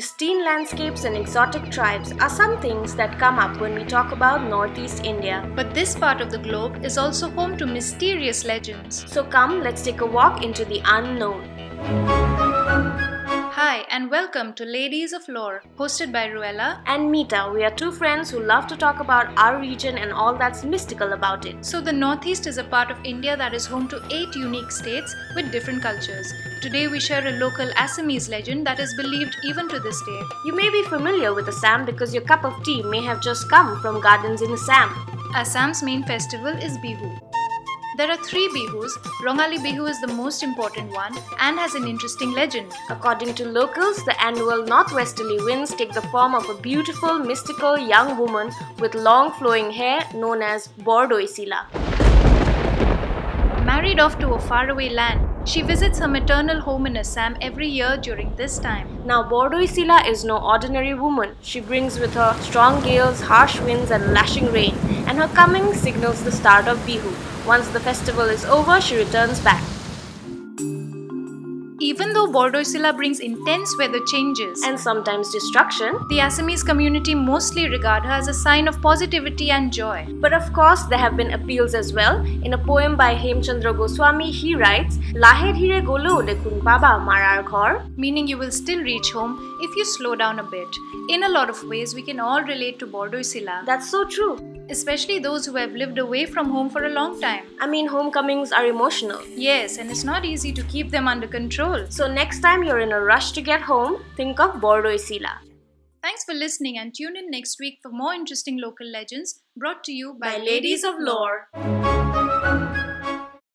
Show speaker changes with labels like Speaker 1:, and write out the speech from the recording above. Speaker 1: Pristine landscapes and exotic tribes are some things that come up when we talk about Northeast India.
Speaker 2: But this part of the globe is also home to mysterious legends.
Speaker 1: So come, let's take a walk into the unknown.
Speaker 2: Hi, and welcome to Ladies of Lore, hosted by Ruella.
Speaker 1: And Mita, we are two friends who love to talk about our region and all that's mystical about it.
Speaker 2: So, the Northeast is a part of India that is home to eight unique states with different cultures. Today, we share a local Assamese legend that is believed even to this day.
Speaker 1: You may be familiar with Assam because your cup of tea may have just come from gardens in Assam.
Speaker 2: Assam's main festival is Bihu. There are three Bihus. Rongali Bihu is the most important one and has an interesting legend.
Speaker 1: According to locals, the annual northwesterly winds take the form of a beautiful, mystical young woman with long flowing hair known as Bordoisila.
Speaker 2: Married off to a faraway land, she visits her maternal home in Assam every year during this time.
Speaker 1: Now, Bordoisila is no ordinary woman. She brings with her strong gales, harsh winds, and lashing rain, and her coming signals the start of Bihu. Once the festival is over, she returns back.
Speaker 2: Even though Bordoisila brings intense weather changes,
Speaker 1: And sometimes destruction,
Speaker 2: the Assamese community mostly regard her as a sign of positivity and joy.
Speaker 1: But of course, there have been appeals as well. In a poem by Hemchandra Goswami, he writes, Lahe dhire golo dekun baba marar ghor.
Speaker 2: Meaning, you will still reach home if you slow down a bit. In a lot of ways, we can all relate to Bordoisila,
Speaker 1: That's so true.
Speaker 2: especially those who have lived away from home for a long time.
Speaker 1: I mean, homecomings are emotional.
Speaker 2: Yes, and it's not easy to keep them under control.
Speaker 1: So next time you're in a rush to get home, think of Bordoisila.
Speaker 2: Thanks for listening and tune in next week for more interesting local legends brought to you by,
Speaker 1: By Ladies of Lore.